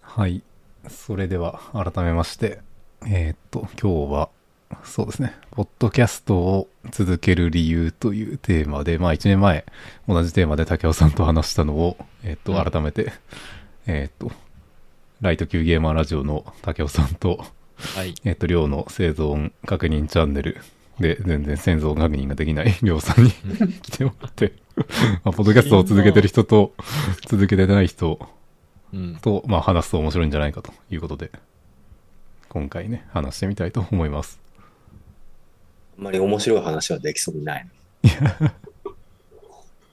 はい。それでは、改めまして、えーっと、今日は、そうですね、ポッドキャストを続ける理由というテーマで、まあ、1年前、同じテーマで竹尾さんと話したのを、えーっうんと、改めて、えーっと、ライト級ゲーマーラジオの竹尾さんと、はい。えーっと、りょうの生存確認チャンネルで、全然生存確認ができない りょうさんに来てもらって、まあ、ポッドキャストを続けてる人と、続けてない人、うん。と、まあ、話すと面白いんじゃないかということで、今回ね、話してみたいと思います。あんまり面白い話はできそうにない。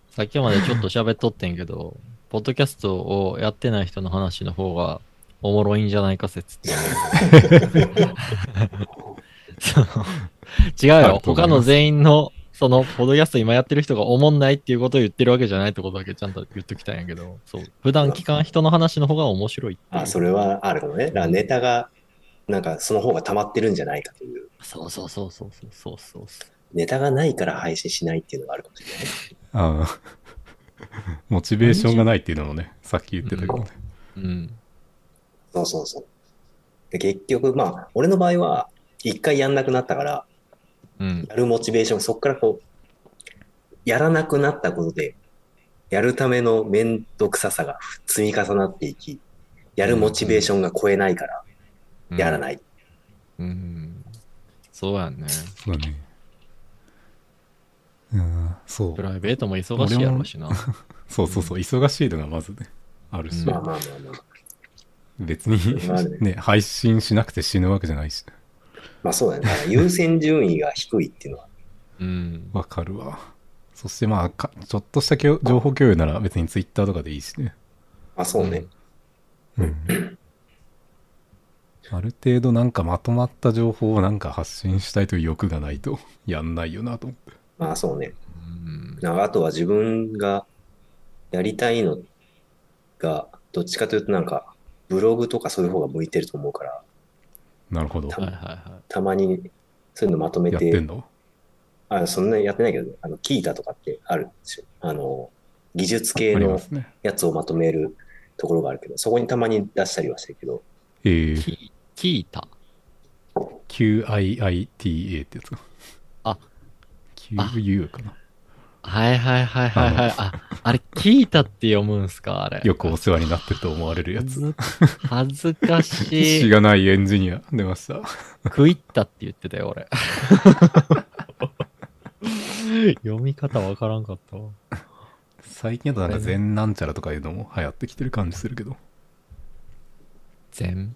さっきまでちょっと喋っとってんけど、ポッドキャストをやってない人の話の方がおもろいんじゃないか説っていう。 その違うあると思いまよ。す他の全員の、その、ポッドキャスト今やってる人がおもんないっていうことを言ってるわけじゃないってことだけちゃんと言っときたいんやけど、そう。普段聞かん人の話の方が面白いっていうあ、それはあるかもね。だからネタが、なんかその方が溜まってるんじゃないかという。そうそうそうそうそうそうそうそう。ネタがないから配信しないっていうのがあるかもしれない。あーモチベーションがないっていうのもね、さっき言ってたけどね。うん。そうそうそう。で結局、まあ、俺の場合は、一回やんなくなったから、うん。やるモチベーション、そこからこう、やらなくなったことで、やるためのめんどくささが積み重なっていき、やるモチベーションが超えないから、やらい。ない。うん。そうやんね。そうだね。うん、そプう。ライベートも忙しいやろうしな。そうそうそう、忙しいのがまずね、あるし、うんまあまあまあまあ。別にれはある、ね、配信しなくて死ぬわけじゃないし。まあそうだね。だから優先順位が低いっていうのはうん。わかるわ。そしてまあか、ちょっとしたきょ情報共有なら別にツイッターとかでいいしね。まあそうね。うんある程度なんかまとまった情報をなんか発信したいという欲がないと やんないよなと思って。まあそうね。うん。なんかあとは自分がやりたいのが、どっちかというとなんか、ブログとかそういう方が向いてると思うから、なるほど。多はい分はいはたまにそういうのまとめ、やっててんのあそんなやってないけど、あの、キータとかってあるんですよ。あの、技術系ありまのすね。やつをまとめるところがあるけど、そこにたまに出したりはしてるけど、えい。ー、き聞いた。 QIITA ってやつか。あ QU かな。はいはいはいはいはい。あ、あれ、聞いたって読むんすかあれ。よくお世話になってると思われるやつ。恥ずかし死い。がないエンジニア出ました。食いったって言ってたよ、 俺。読み方わからんかったわ。最近だとなんか全なんちゃらとかいうのも流行ってきてる感じするけど、全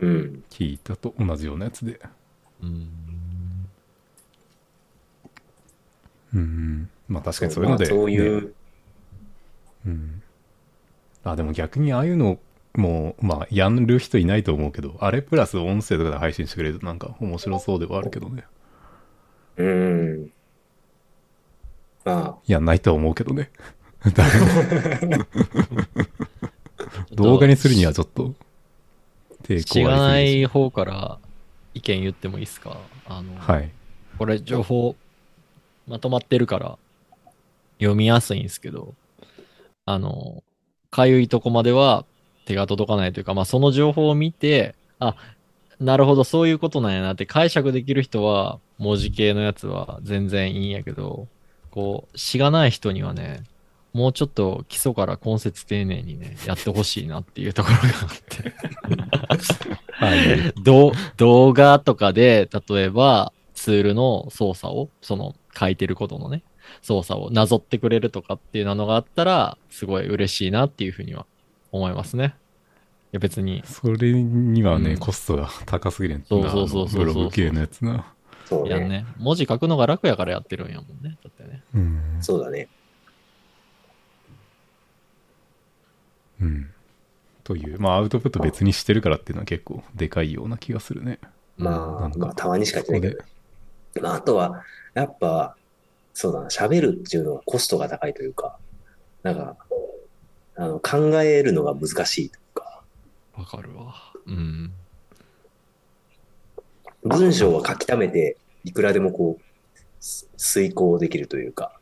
うん。聞いたと同じようなやつで。うん。うん。まあ確かにそういうので、まあそういねう、うん。あ、でも逆にああいうのも、まあ、やる人いないと思うけど、あれプラス音声とかで配信してくれるとなんか面白そうではあるけどね。うん。まやんないとは思うけど ね。誰も動画にするにはちょっと抵知抗らあなりい方から意見言ってもいいですかあの、すぎるし。はい。これ情報まとまってるから読みやすいんですけど、あの、かゆいとこまでは手が届かないというか、まあその情報を見て、あ、なるほど、そういうことなんやなって解釈できる人は文字系のやつは全然いいんやけど、こう、しがない人にはね、もうちょっと基礎から根節丁寧にね、やってほしいなっていうところがあって。はい。 どう動画とかで、例えばツールの操作を、その書いてることのね、操作をなぞってくれるとかっていうのがあったら、すごい嬉しいなっていうふうには思いますね。いや別に、 それにはね、うんコストが高すぎるんだそうそうそうそうそうブログ系のやつな。あ、そういやね、文字書くのが楽やからやってるんやもんね。だってね。うん。そうだね。うん。という、まあ、アウトプット別にしてるからっていうのは結構でかいような気がするね。まなんあ、かまあ、たまにしかやってないけどね。まあ、あとは、やっぱ、そうだな、喋るっていうのはコストが高いというか、なんか、あの考えるのが難しいというか、わかるわ。うん。文章は書き溜めて、いくらでもこう、す遂行できるというか、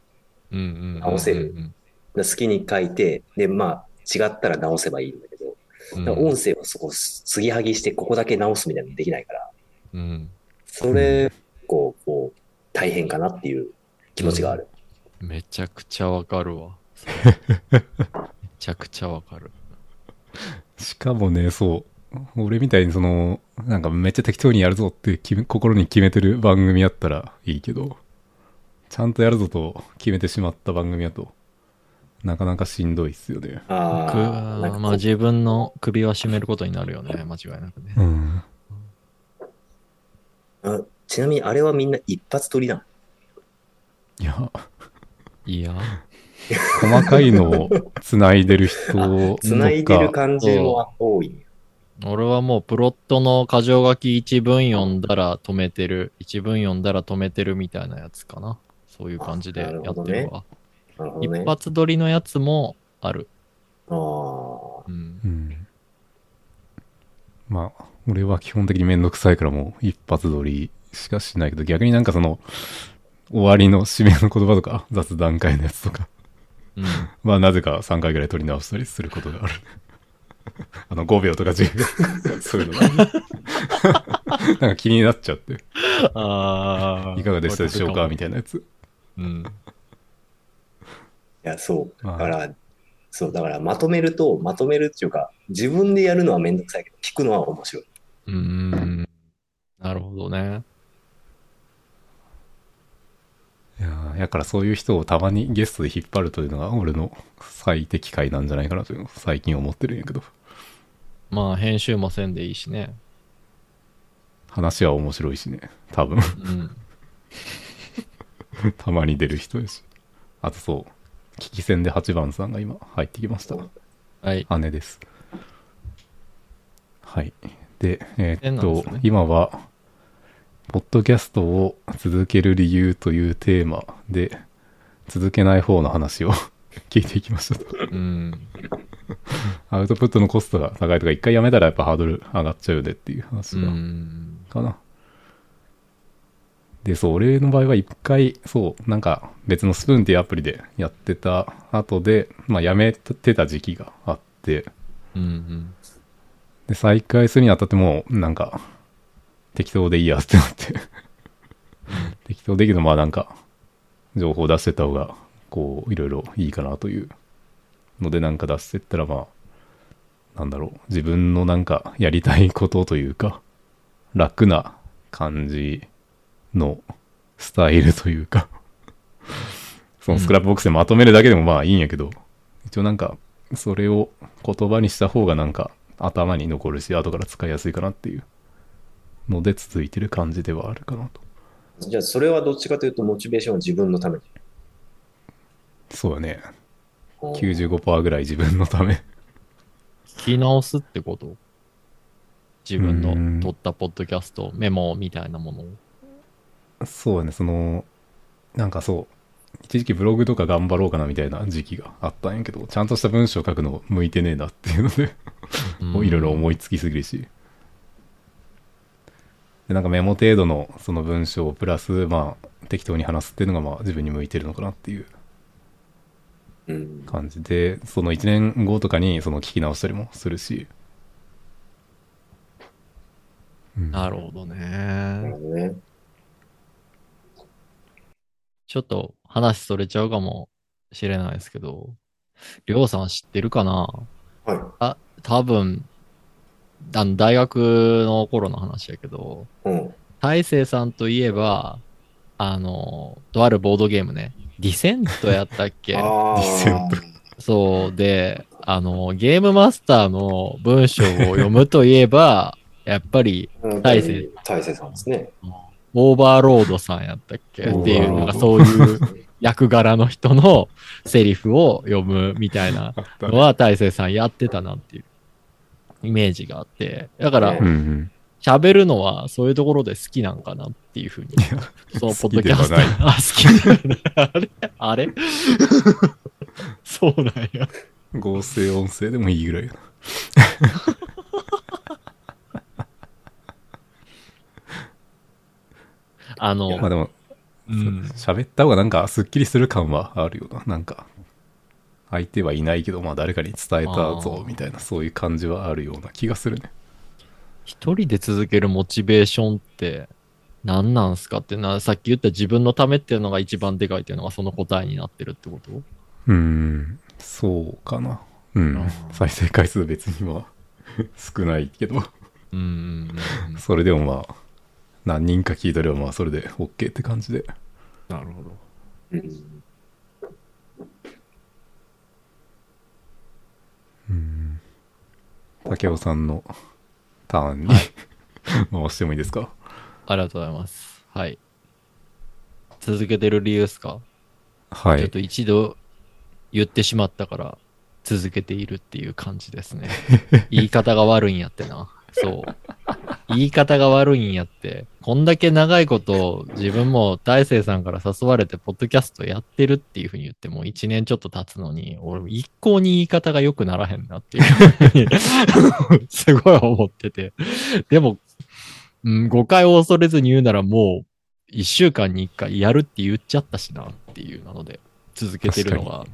うんうんうんうんうん。直せる好きに書いて、で、まあ、違ったら直せばいいんだけど、うだからん音声をそこ、継ぎはぎして、ここだけ直すみたいなのできないから、うん。それ、こう、こう、大変かなっていう気持ちがある。めちゃくちゃわかるわ。それめちゃくちゃわかる。しかもね、そう。俺みたいにその、なんかめっちゃ適当にやるぞって決め心に決めてる番組やったらいいけど、ちゃんとやるぞと決めてしまった番組やと、なかなかしんどいっすよね。あくあ、なんまかあこう自分の首は絞めることになるよね、間違いなくね。うん。あちなみにあれはみんな一発撮りなのいや、いや、細かいのを繋いでる人とか、 繋いでる感じも多い。俺はもうプロットの箇条書き1文読んだら止めてる、1文読んだら止めてるみたいなやつかな。そういう感じでやなるほっどてねるわ。なるほどね一。発撮りのやつもある。あうんうん。まあ、俺は基本的にめんどくさいからもう一発撮りしかしないけど、逆になんかその、終わりの締めの言葉とか、雑談会のやつとか、うん まあなぜか3回ぐらい撮り直したりすることがある。あの5秒とか10秒、そういうのが。 なんか気になっちゃって、あーいかがでしたでしょうかみたいなやつ。うん。あ、いや、そう。まだあから、そう、だからまとめると、まとめるっていうか、自分でやるのはめんどくさいけど、聞くのは面白い。うーん。なるほどね。いやーやからそういう人をたまにゲストで引っ張るというのが俺の最適解なんじゃないかなというのを最近思ってるんやけど、まあ、編集もせんでいいしね。話は面白いしね、多分。うん。たまに出る人やし。あとそう、聞き戦で8番さんが今入ってきました。はい。姉です。はい。で、えーっそうなと、んですね今は、ポッドキャストを続ける理由というテーマで、続けない方の話を 聞いていきましたと。うん。アウトプットのコストが高いとか、一回やめたらやっぱハードル上がっちゃうよねっていう話うがん。かな。で、そう、俺の場合は一回、そう、なんか別のスプーンっていうアプリでやってた後で、まあやめてた時期があって、うん。で、再開するにあたってもう、なんか、適当でいいやってなって。適当でいいけど、まあなんか、情報出してた方が、こう、いろいろいいかなというので、なんか出してったら、まあ、なんだろう、自分のなんか、やりたいことというか、楽な感じのスタイルというか、 そのスクラップボックスでまとめるだけでもまあいいんやけど、一応なんか、それを言葉にした方がなんか頭に残るし、後から使いやすいかなっていうので続いてる感じではあるかなと。じゃあ、それはどっちかというと、モチベーションは自分のために。そうだね。95%ぐらい自分のため。聞き直すってこと自分うんの撮ったポッドキャスト、メモみたいなものを。そうだね、その、なんかそう、一時期ブログとか頑張ろうかなみたいな時期があったんやけど、ちゃんとした文章を書くの向いてねえなっていうので、もういろいろ思いつきすぎるし。で、なんかメモ程度のその文章をプラス、まあ、適当に話すっていうのがまあ自分に向いてるのかなっていううん。感じで、その1年後とかにその聞き直したりもするし。うんなるほどなるね。ほどね。ちょっと話それちゃうかもしれないですけど、りょうさん知ってるかなはい。あ、多分、あの大学の頃の話やけど、うん。大成さんといえば、あの、とあるボードゲームね、ディセントやったっけ あ実践ーそうで、あの、ゲームマスターの文章を読むといえば、やっぱり、うん大勢。大勢さんですね。オーバーロードさんやったっけっていう、オーバーロードなんかそういう役柄の人のセリフを読むみたいなあったのねは、大成さんやってたなっていうイメージがあって、だからう、んうん。喋るのはそういうところで好きなんかなっていうふうに、そのポッドキャ好きではスト。ないあ、好きではないあれあれそうなんや。合成音声でもいいぐらい。あまあの、でも、うん喋った方がなんかスッキリする感はあるよな。なんか、相手はいないけど、まあ誰かに伝えたあぞー、みたいな、そういう感じはあるような気がするね。一人で続けるモチベーションって何なんすかってな、さっき言った自分のためっていうのが一番でかいっていうのがその答えになってるってことうーん、そうかな。うんあ、再生回数別には少ないけど、うんうんうんうん。それでもまあ、何人か聞いたりはまあそれで OK って感じで。なるほど。うんうん。竹雄さんのターンに、 回してもいいですかありがとうございます。はい。続けてる理由ですか、はちょっい。と一度言ってしまったから続けているっていう感じです ね。言い方が悪いんやってな。そう。言い方が悪いんやって。こんだけ長いこと自分も大成さんから誘われてポッドキャストやってるっていうふうに言ってもう一年ちょっと経つのに、俺一向に言い方が良くならへんなっていうふうに すごい思ってて。でも、うん、誤解を恐れずに言うならもう一週間に一回やるって言っちゃったしなっていうなので続けてるの確が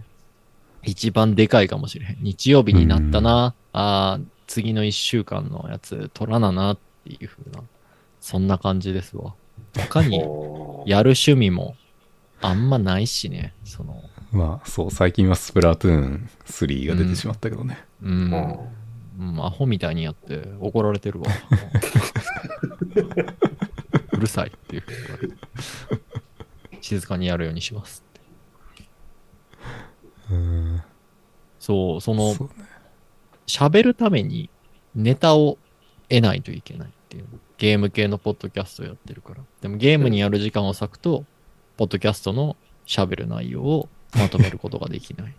一番でかいかもしれへん。日曜日になったな。ああ、次の一週間のやつ取らななっていうふうな、そんな感じですわ。他におーやる趣味もあんまないしね。その、まあそう、最近はスプラトゥーン3が出てしまったけどね。うん、うんうん、アホみたいにやって怒られてるわ。うるさいっていうふうに言われて静かにやるようにしますって。うん。そう、その、そう喋るためにネタを得ないといけないっていう。ゲーム系のポッドキャストをやってるから。でもゲームにやる時間を割くと、ポッドキャストの喋る内容をまとめることができない。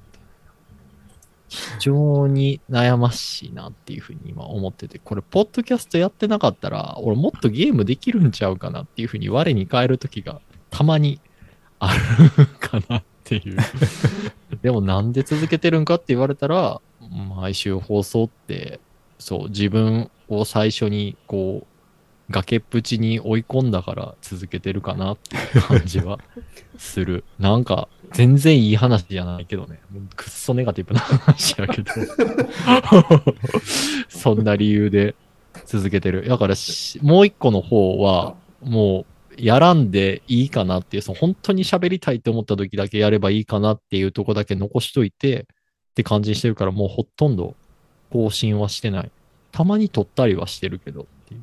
非常に悩ましいなっていうふうに今思ってて、これ、ポッドキャストやってなかったら、俺もっとゲームできるんちゃうかなっていうふうに我に返る時がたまにあるかなっていう。でもなんで続けてるんかって言われたら、毎週放送って、そう、自分を最初にこう、崖っぷちに追い込んだから続けてるかなっていう感じはする。なんか、全然いい話じゃないけどね。もうくっそネガティブな 話やけど。そんな理由で続けてる。だからし、もう一個の方は、もう、やらんでいいかなっていう、その本当に喋りたいと思った時だけやればいいかなっていうとこだけ残しといて、って感じにしてるから、もうほとんど更新はしてない。たまに撮ったりはしてるけどっていう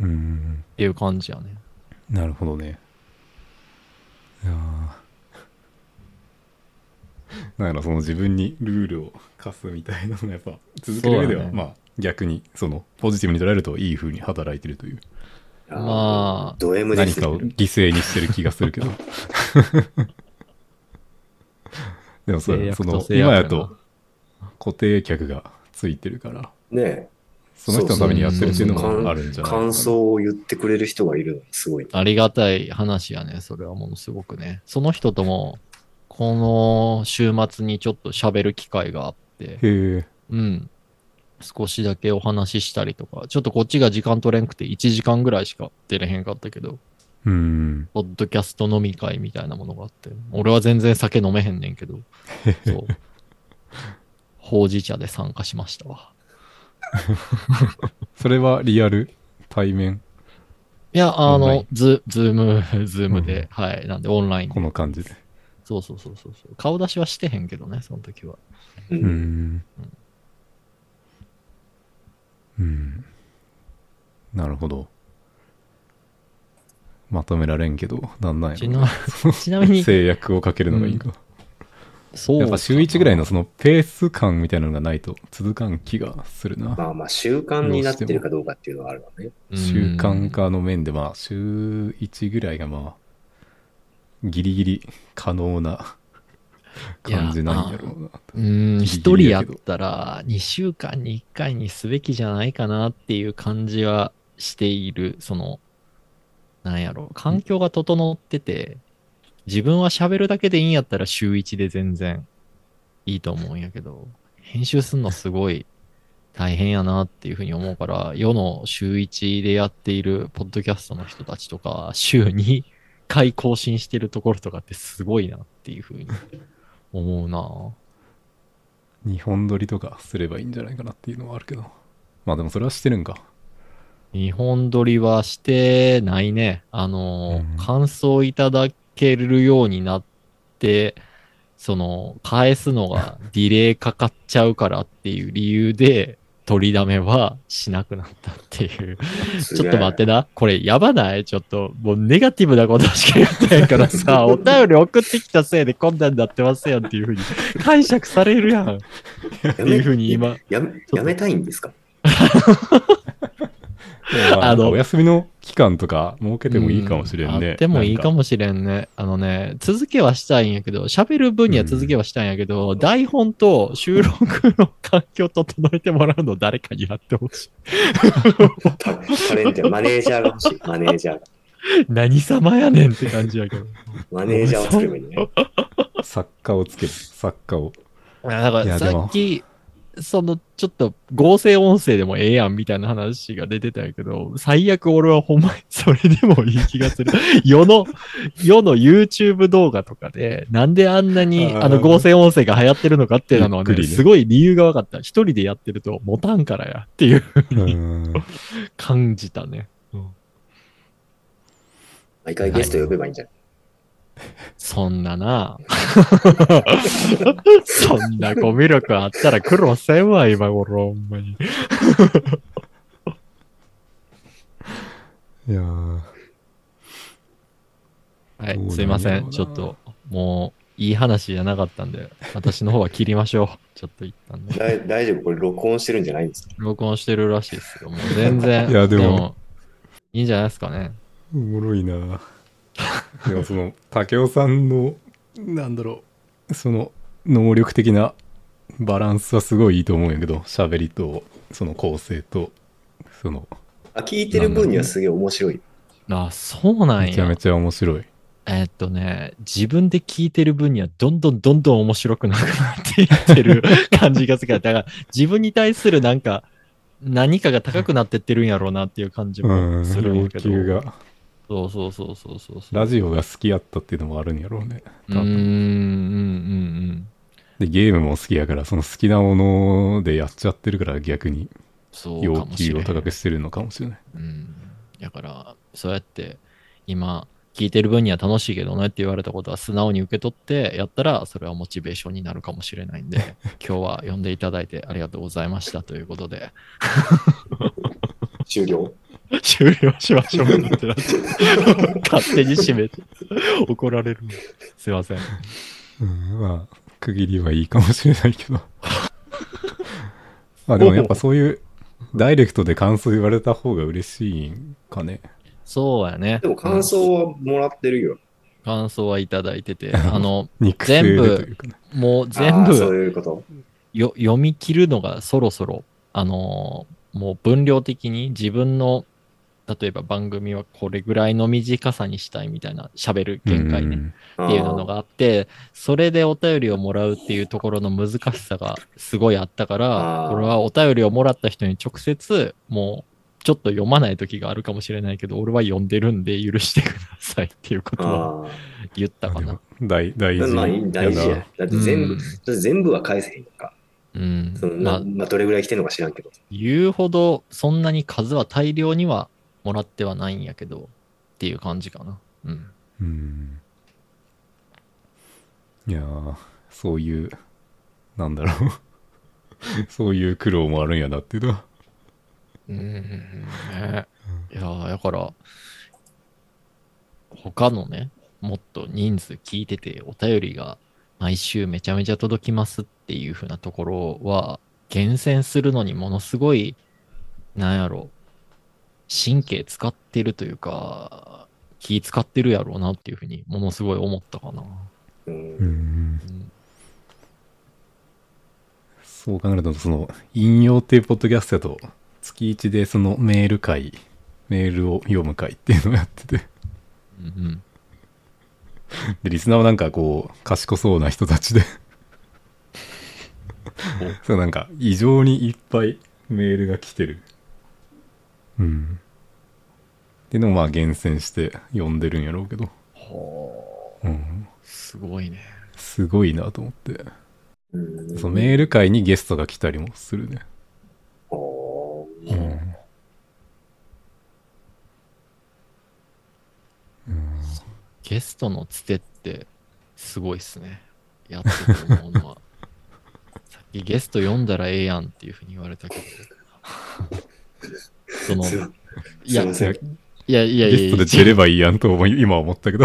うん。っていう感じやね。なるほどね。いやー なんやろ、その自分にルールを課すみたいなのがやっぱ続ける上では、そうだねまあ逆にそのポジティブに捉えるといい風に働いてるというまあド M で何すかを犠牲にしてる気がする けど。でもそう制や、そ約のと制約今ややなと固定客がついてるから、ねその人のためにやってるっていうのもあるんじゃないかな感想を言ってくれる人がいるのがすごい。ありがたい話やね。それはものすごくね。その人とも、この週末にちょっと喋る機会があって、へえ。うん。少しだけお話ししたりとか、ちょっとこっちが時間取れんくて1時間ぐらいしか出れへんかったけど、うん。ポッドキャスト飲み会みたいなものがあって、俺は全然酒飲めへんねん けど、そう。ほうじ茶で参加しましたわ。それはリアル対面いや、あオンライのン、ズ、ズーム、 ズームで、はい、なんでオンラインこで。の感じで。そうそうそうそうそう。顔出しはしてへんけどね、その時は。ううんん。うん。なるほど。まとめられんけど、なんなんやちろなちなみ に、制約をかけるのがいいんか。そう。やっぱ週1ぐらいの。そのペース感みたいなのがないと続かん気がするな。まあまあ習慣になってるかどうかっていうのはあるわね。習慣。化の面で、まあ、週1ぐらいがまあ、ギリギリ可能ない や感じなんやろうな。うん、ギリギリやけど一人やったら、2週間に1回にすべきじゃないかなっていう感じはしている、その、なんやろ、環境が整ってて、自分は喋るだけでいいんやったら週1で全然いいと思うんやけど、編集すんのすごい大変やなっていうふうに思うから、世の週1でやっているポッドキャストの人たちとか、週2回更新してるところとかってすごいなっていうふうに思うなぁ日本撮りとかすればいいんじゃないかなっていうのはあるけど。まあでもそれはしてるん か。日本撮りはしてないね。あの、うん感想いただけるようになって、その、返す のがディレイかかっちゃうからっていう理由で、取りだめはしなくなったっていう。 ちょっと待ってな。これやばないちょっと、もうネガティブなことしか言ってないか らさ、お便り送ってきたせいでこんなんなってますやんっていうふうに解釈されるやん。ってていうふうに今、や めとやめたいんですかでもまああのなんかお休みの期間とか設けてもいいかもしれんうね。あってもいいかも。もしれんね。あのね、続けはしたいんやけど、喋る分には続けはしたいんやけど、台本と収録の環境整えてもらうのを誰かにやってほしい。 タタレントやマネージャーが欲しい。マネージャーが。何様やねんって感じやけど。マネージャーを作ればいいね。作家をつける。作家 を。いやだかいらやでさもっき、そのちょっと合成音声でもええやんみたいな話が出てたんやけど、最悪俺はほんまにそれでもいい気がする。 世の、世の YouTube 動画とかで、なんであんなにあーあの合成音声が流行ってるのかっていうのはゆね、っくりねすごい理由が分かった。一人でやってると持たんからやっていううーん。感じたね。毎回ゲスト呼べばいいんじゃないそんなな そんなコミュ力あったら苦労せんわ、今頃、ほんまに。いやーどうはい、なんすいませ。やろうんなちょっと、もう、いい話じゃなかったんで、私の方は切りましょう。 ちょっと一旦ね。大大丈夫これ録音してるんじゃないんですか録音してるらしいですよ。もう全然。いやでもいいんじゃないですかね。おもろいなでもその武雄さんのなんだろうその能力的なバランスはすごいいいと思うんやけど喋りとその構成とそのあ聞いてる分にはすげえ面白い。あ、そうなんめちゃやめ。ちゃ面白いえっとね、自分で聞いてる分にはどんどんどんどん面白くなくなっていってる感じがするから、だから自分に対するなんか、何かが高くなってってるんやろうなっていう感じうもんするんや要け求ど。がそうそうそうそうそうそう。ラジオが好きやったっていうのもあるんやろうねうーん、うん、うん、うん。でゲームも好きやからその好きなものでやっちゃってるから逆にそう要かもし求れをん高くしてるのかもしれないうん。だから、そうやって、今、聞いてる分には楽しいけどねって言われたことは素直に受け取ってやったら、それはモチベーションになるかもしれないんで、今日は呼んでいただいてありがとうございましたということで、終了終了しましょうってなっちゃう勝手に締めて、怒られる。すいません。うん、まあ、区切りはいいかもしれないけど。 まあでもやっぱそういう、ダイレクトで感想言われた方が嬉しいんかね。そうやね。でも感想はもらってるよ。うん感想はいただいてて、あの、肉声でというかね。もうあ 全ー部、そういうこと。よ読み切るのがそろそろ、あのーもう分量的に自分の、例えば番組はこれぐらいの短さにしたいみたいな喋る限界ね、うんっていうのがあって、それでお便りをもらうっていうところの難しさがすごいあったからあ、ー俺はお便りをもらった人に直接、もうちょっと読まない時があるかもしれないけど、俺は読んでるんで許してくださいっていうことはああ。言ったかでなも。大大事まあいい大事や。だって全部、だって全部は返せへんか。うん。そのまなあまあ、どれぐらい来てるのか知らんけど。言うほどそんなに数は大量にはもらってはないんやけどっていう感じかな。うん。うん。いやーそういう、なんだろう。 そういう苦労もあるんやなっていうのは。うん、ね。いやーだから、他のね、もっと人数聞いててお便りが毎週めちゃめちゃ届きますっていう風なところは、厳選するのにものすごい、なんやろ、神経使ってるというか、気使ってるやろうなっていう風にものすごい思ったかな。う。うんん。うんそう考えると、その、引用っていうポッドキャストだと、月一でそのメール会、メールを読む会っていうのをやって て、うんうんで、リスナーはなんかこう、賢そうな人たちで、 そうなんか、異常にいっぱいメールが来てる。うん。っていうのをまあ厳選して読んでるんやろうけど、はあ、うん。すごいね。すごいなと思って。うんそのメール会にゲストが来たりもするね。おうーん。うん、ゲストのつてってすごいっすね。やってると思うのは。さっきゲスト読んだらええやんっていうふうに言われたけど。その、すいいまや、すいませんやいやいゲやストで出ればいいやんと思い、今思 ったけど、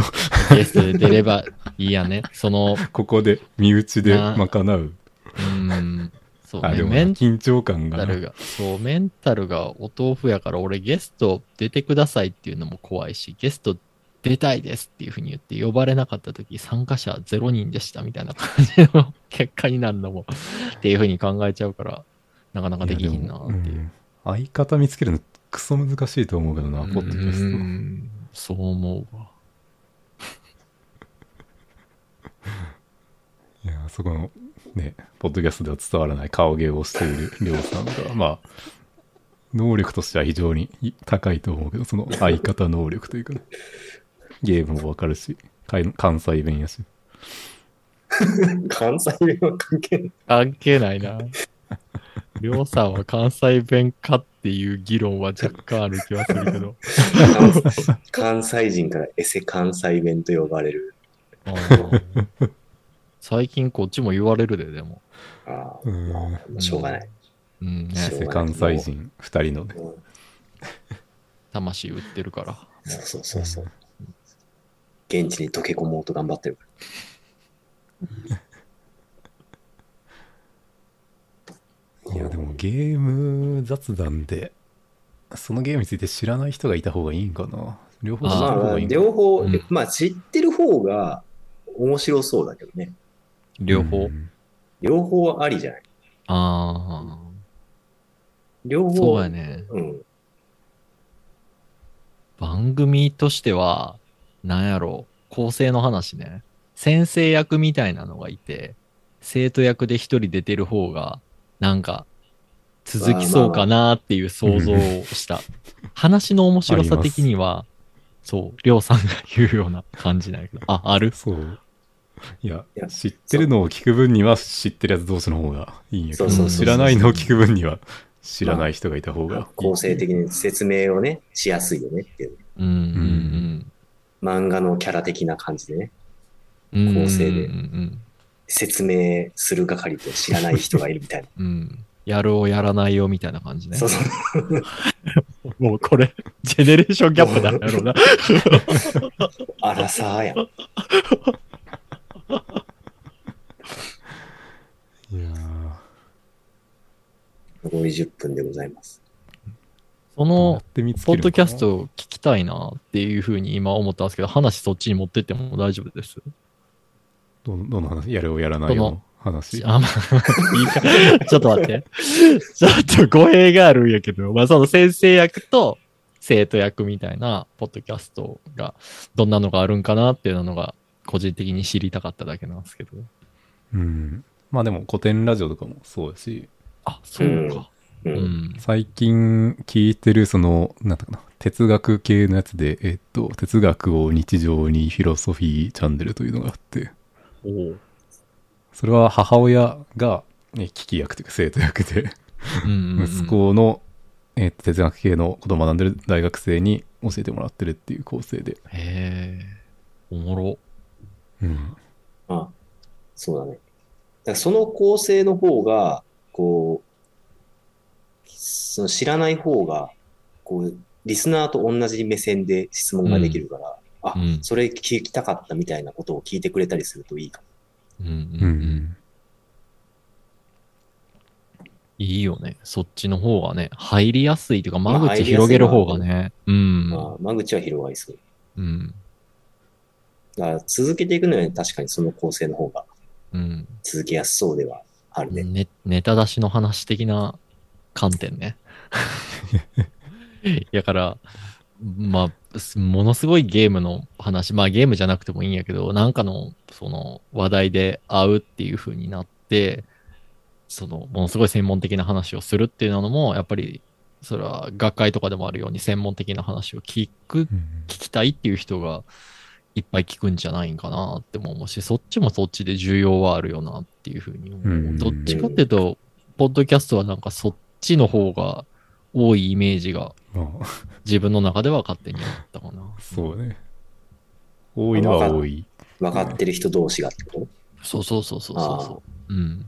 ゲストで出ればいいやね。その、ここで身内でな賄う。うーん、そうあ、ね、でもなメン緊張感メンタがなルが、そう、メンタルがお豆腐やから、俺ゲスト出てくださいっていうのも怖いし、ゲスト出たいですっていうふうに言って、呼ばれなかった時、参加者0人でしたみたいな感じの結果になるのも、っていうふうに考えちゃうから、 なかなかできひんなってやでもういう。ん相方見つけるのクソ難しいと思うけどな、ポッドキャスト。うんそう思うわ。いや、そこの、ね、ポッドキャストでは伝わらない顔芸をしているりょうさんが、まあ、能力としては非常に高いと思うけど、その相方能力という か、ね、ゲームもわかるし、かい関西弁やし。関西弁は関係ない。関係ない な。りょうさんは関西弁かっていう議論は若干ある気はするけ ど。関関西人からエセ関西弁と呼ばれる。最近こっちも言われるで、でも。あうーんまあしょうがない。うんね、そう関西人2人のね。うん魂売ってるから。そうそうそうそう。現地に溶け込もうと頑張ってる。いや、でもゲーム雑談で、そのゲームについて知らない人がいた方がいいんかな。両方知ったあ方まあがいいんかな。両方、うんまあ知ってる方が面白そうだけどね。両う方。ん両方ありじゃないあ両あ。方。そうやね。うん。番組としては、なんやろう、構成の話ね。先生役みたいなのがいて、生徒役で一人出てる方が、なんか、続きそうかなっていう想像をした。話の面白さ的には、そう、りょうさんが言うような感じなんやけど。あ、あるそう。いやいや、知ってるのを聞く分には知ってるやつ同士の方がいいんやけそうど、そうそうそ知うらないのを聞く分には知らない人がいた方がいい。構成的に説明をね、しやすいよねっていう。うんうん漫画のキャラ的な感じでね、うん。うん構成でうんうん説明する係と知らない人がいるみたいな。うん。うんやるをやらないよみたいな感 じねそ。うそう。もうこれ、ジェネレーションギャップだやろうな。 あらさーやん。いやー残り10分でございます。 そどうやのっ、て見つポけるッのドかキなャストを聞きたいなっていうふうに今思ったんですけど、話そっちに持ってっても大丈夫です。どのどの話やるをやらないよの話。あ、まあ、いいか。ちょっと待って。ちょっと語弊があるんやけど、まあその先生役と生徒役みたいなポッドキャストが、どんなのがあるんかなっていうのが、個人的に知りたかっただけなんですけど。うん。まあでも古典ラジオとかもそうやし、あ、そうか。う。うんん。最近聞いてるその、なんだかな、哲学系のやつで、えっと、哲学を日常にフィロソフィーチャンネルというのがあって、おうそれは母親が、ね、聞き役というか生徒役で、うんうん息子の、えっと哲学系のことを学んでる大学生に教えてもらってるっていう構成で、へえ、おもろ。うん、あ、そうだね。だからその構成の方が、こう、その知らない方が、こう、リスナーと同じ目線で質問ができるから、あ、うんそれ聞きたかったみたいなことを聞いてくれたりするといいかも。うんうんううんんいいよね。そっちの方がね、入りやすいというか、まあ間口広げる方がね。うん。まあ、間口は広がりそう。うん。だから続けていくのは確かにその構成の方がうん。続けやすそうではあるね。ね、ネタ出しの話的な観点 ね。やから、まあ、すものすごいゲームの話、まあゲームじゃなくてもいいんやけど、なんかの、その、話題で会うっていう風になって、その、ものすごい専門的な話をするっていうのも、やっぱり、それは学会とかでもあるように専門的な話を聞くうん聞きたいっていう人がいっぱい聞くんじゃないんかなっても思うし、そっちもそっちで重要はあるよなっていうふうに思う。うんどっちかっていうと、ポッドキャストはなんかそっちの方が多いイメージがまあ、自分の中では勝手にあったかな。そうね。多いのは多い。分かってる人同士がってこそうそうそうそうそうそう。うん。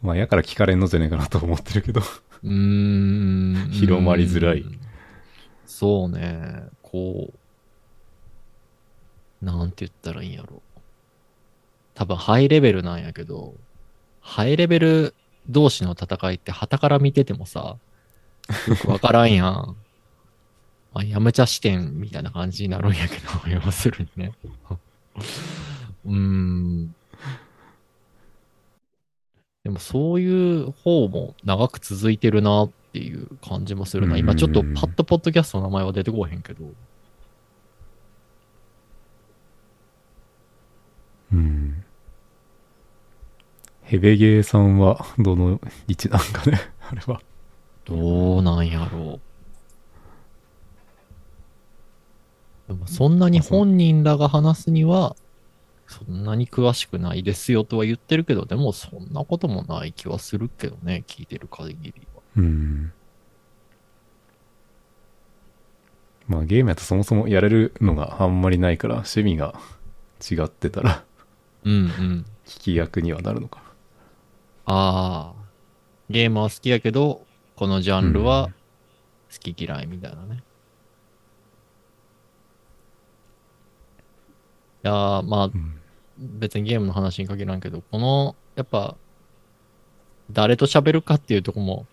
まあ、やから聞かれんのじゃねえかなと思ってるけど。うーん。広まりづらい。そうね。こう、なんて言ったらいいんやろ。多分ハイレベルなんやけど、ハイレベル同士の戦いって旗から見ててもさ、よくわからんやん。まあ、やむちゃ視点みたいな感じになるんやけど、要するにね。うーん。でもそういう方も長く続いてるなっていう感じもするな。今ちょっとパッとポッドキャストの名前は出てこへんけど。うん。ヘベゲーさんはどの位置なんかね、 あれは。どうなんやろう。でもそんなに本人らが話すには、そんなに詳しくないですよとは言ってるけど、でもそんなこともない気はするけどね、聞いてる限りは。うん。まあ、ゲームやとそもそもやれるのがあんまりないから、趣味が違ってた ら、うんうん。聞き役にはなるのか。ああ。ゲームは好きやけど、このジャンルは好き嫌いみたいなね。いやーまあう、ん。別にゲームの話に限らんけど、この、やっぱ、誰と喋るかっていうとこも、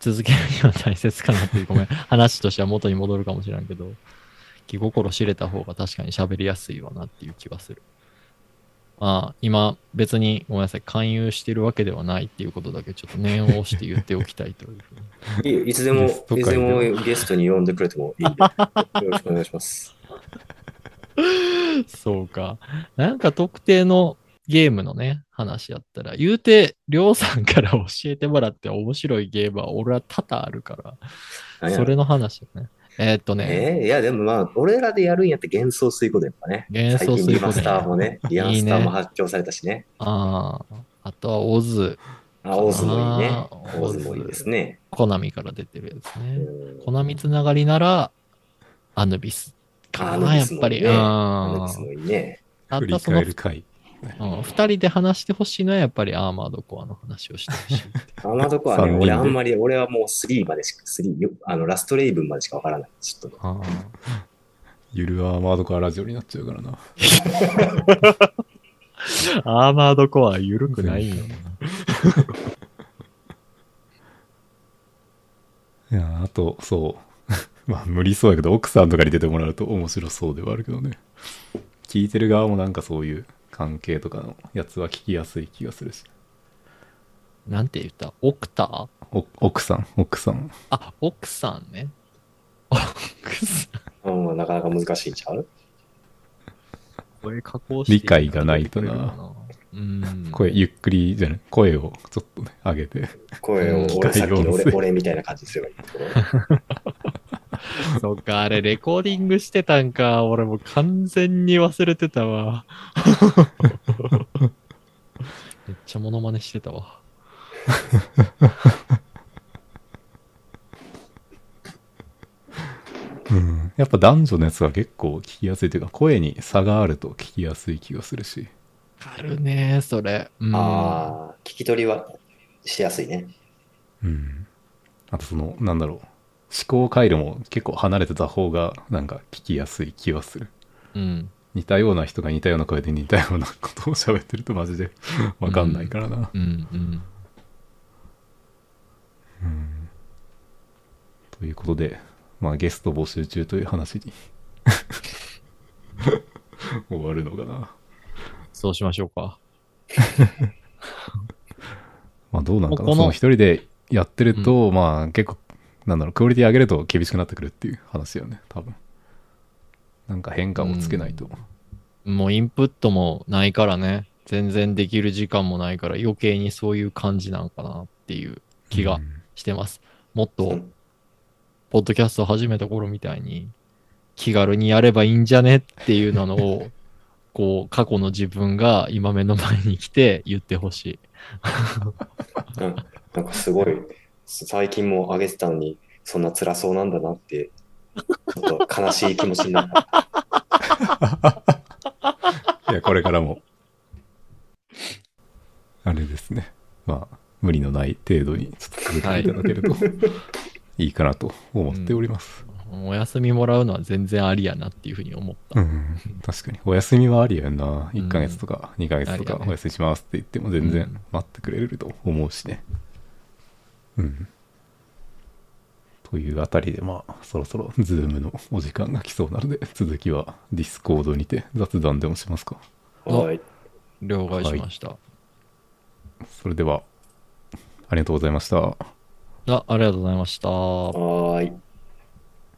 続けるには大切かなっていう、ごめん、話としては元に戻るかもしれんけど、気心知れた方が確かに喋りやすいわなっていう気はする。まあ、今、別に、ごめんなさい、勧誘してるわけではないっていうことだけ、ちょっと念を押して言っておきたいというふうに。といいよいつで も、ゲいストつ会でもでゲストに呼んでくれてもいいんで。よろしくお願いします。そうか。なんか特定のゲームのね、話やったら、言うて、りょうさんから教えてもらって面白いゲームは俺は多々あるから、何 やそれの話だね。えーっとね、えーいや、でもまあ、俺らでやるんやって幻想水湖でやっぱね。幻想最近水リ湖マでスターもね、リマスターも発表されたしね。あーあとはオズ、あ、オーズもいいねあ。ーオーズもいいですね。コナミから出てるやつね。うんコナミつながりなら、アヌビスかあアな、やヌビっスもぱねり。うんアヌビスもいいね。あ振とはりその返る回。うん二人で話してほしいのは、やっぱりアーマードコアの話をしてほしい。アーマードコア三人ね、俺であんまり、俺はもう3までしか、3、よあの、ラストレイブンまでしかわからない。ちょっと。あーゆるアーマードカーラジオになっちゃうからな。アーマードコア緩くないよ。いや、あと、そう。 まあ、無理そうやけど、奥さんとかに出てもらうと面白そうではあるけどね。聞いてる側もなんかそういう関係とかのやつは聞きやすい気がするし。なんて言ったオクターお奥さん、奥さん。あ、奥さんね。奥さん。うん、なかなか難しいんちゃうこれ加工して理解がないとな。うん。声、ゆっくりじゃない。声をちょっとね、上げて。声うをん俺さっきの機械音俺声俺みたいな感じにすればいいってことそっか、あれ、レコーディングしてたんか。俺もう完全に忘れてた わ。めっちゃモノマネしてたわ。うん。やっぱ男女のやつは結構聞きやすいというか、声に差があると聞きやすい気がするし。あるね、それ。うん、ああ、聞き取りはしやすいね。うん。あとその、なんだろう。思考回路も結構離れてた方が、なんか聞きやすい気はする。うん。似たような人が似たような声で似たようなことを喋ってるとマジでわかんないからな。うん。うん。うんということで、まあゲスト募集中という話 に終わるのかな。そうしましょうか。まあどうなんかこな。のその一人でやってると、まあ結構、なんだろう、クオリティ上げると厳しくなってくるっていう話よね、多分。なんか変化をつけないと。もうインプットもないからね、全然できる時間もないから余計にそういう感じなんかなっていう気がしてます。もっうとん、ポッドキャストを始めた頃みたいに、気軽にやればいいんじゃねっていうのを、こう、過去の自分が今目の前に来て言ってほしい。うんなんかすごい、最近も上げてたのに、そんな辛そうなんだなって、ちょっと悲しい気持ちになった。いや、これからも。あれですね。まあ、無理のない程度にちょっと続けていただけると、い、いかなと思っております。お休みもらうのは全然ありやなっていうふうに思った。うん、確かに。お休みはありやんな。1ヶ月とか2ヶ月とありかやねお休みしますって言っても全う然ん待ってくれると思うしね。うん。というあたりで、まあ、そろそろズームのお時間が来そうなので、続きはディスコードにて雑談でもしますか。うんはい。了解しました。それでは、ありがとうございました。あありがとうございました。はーい。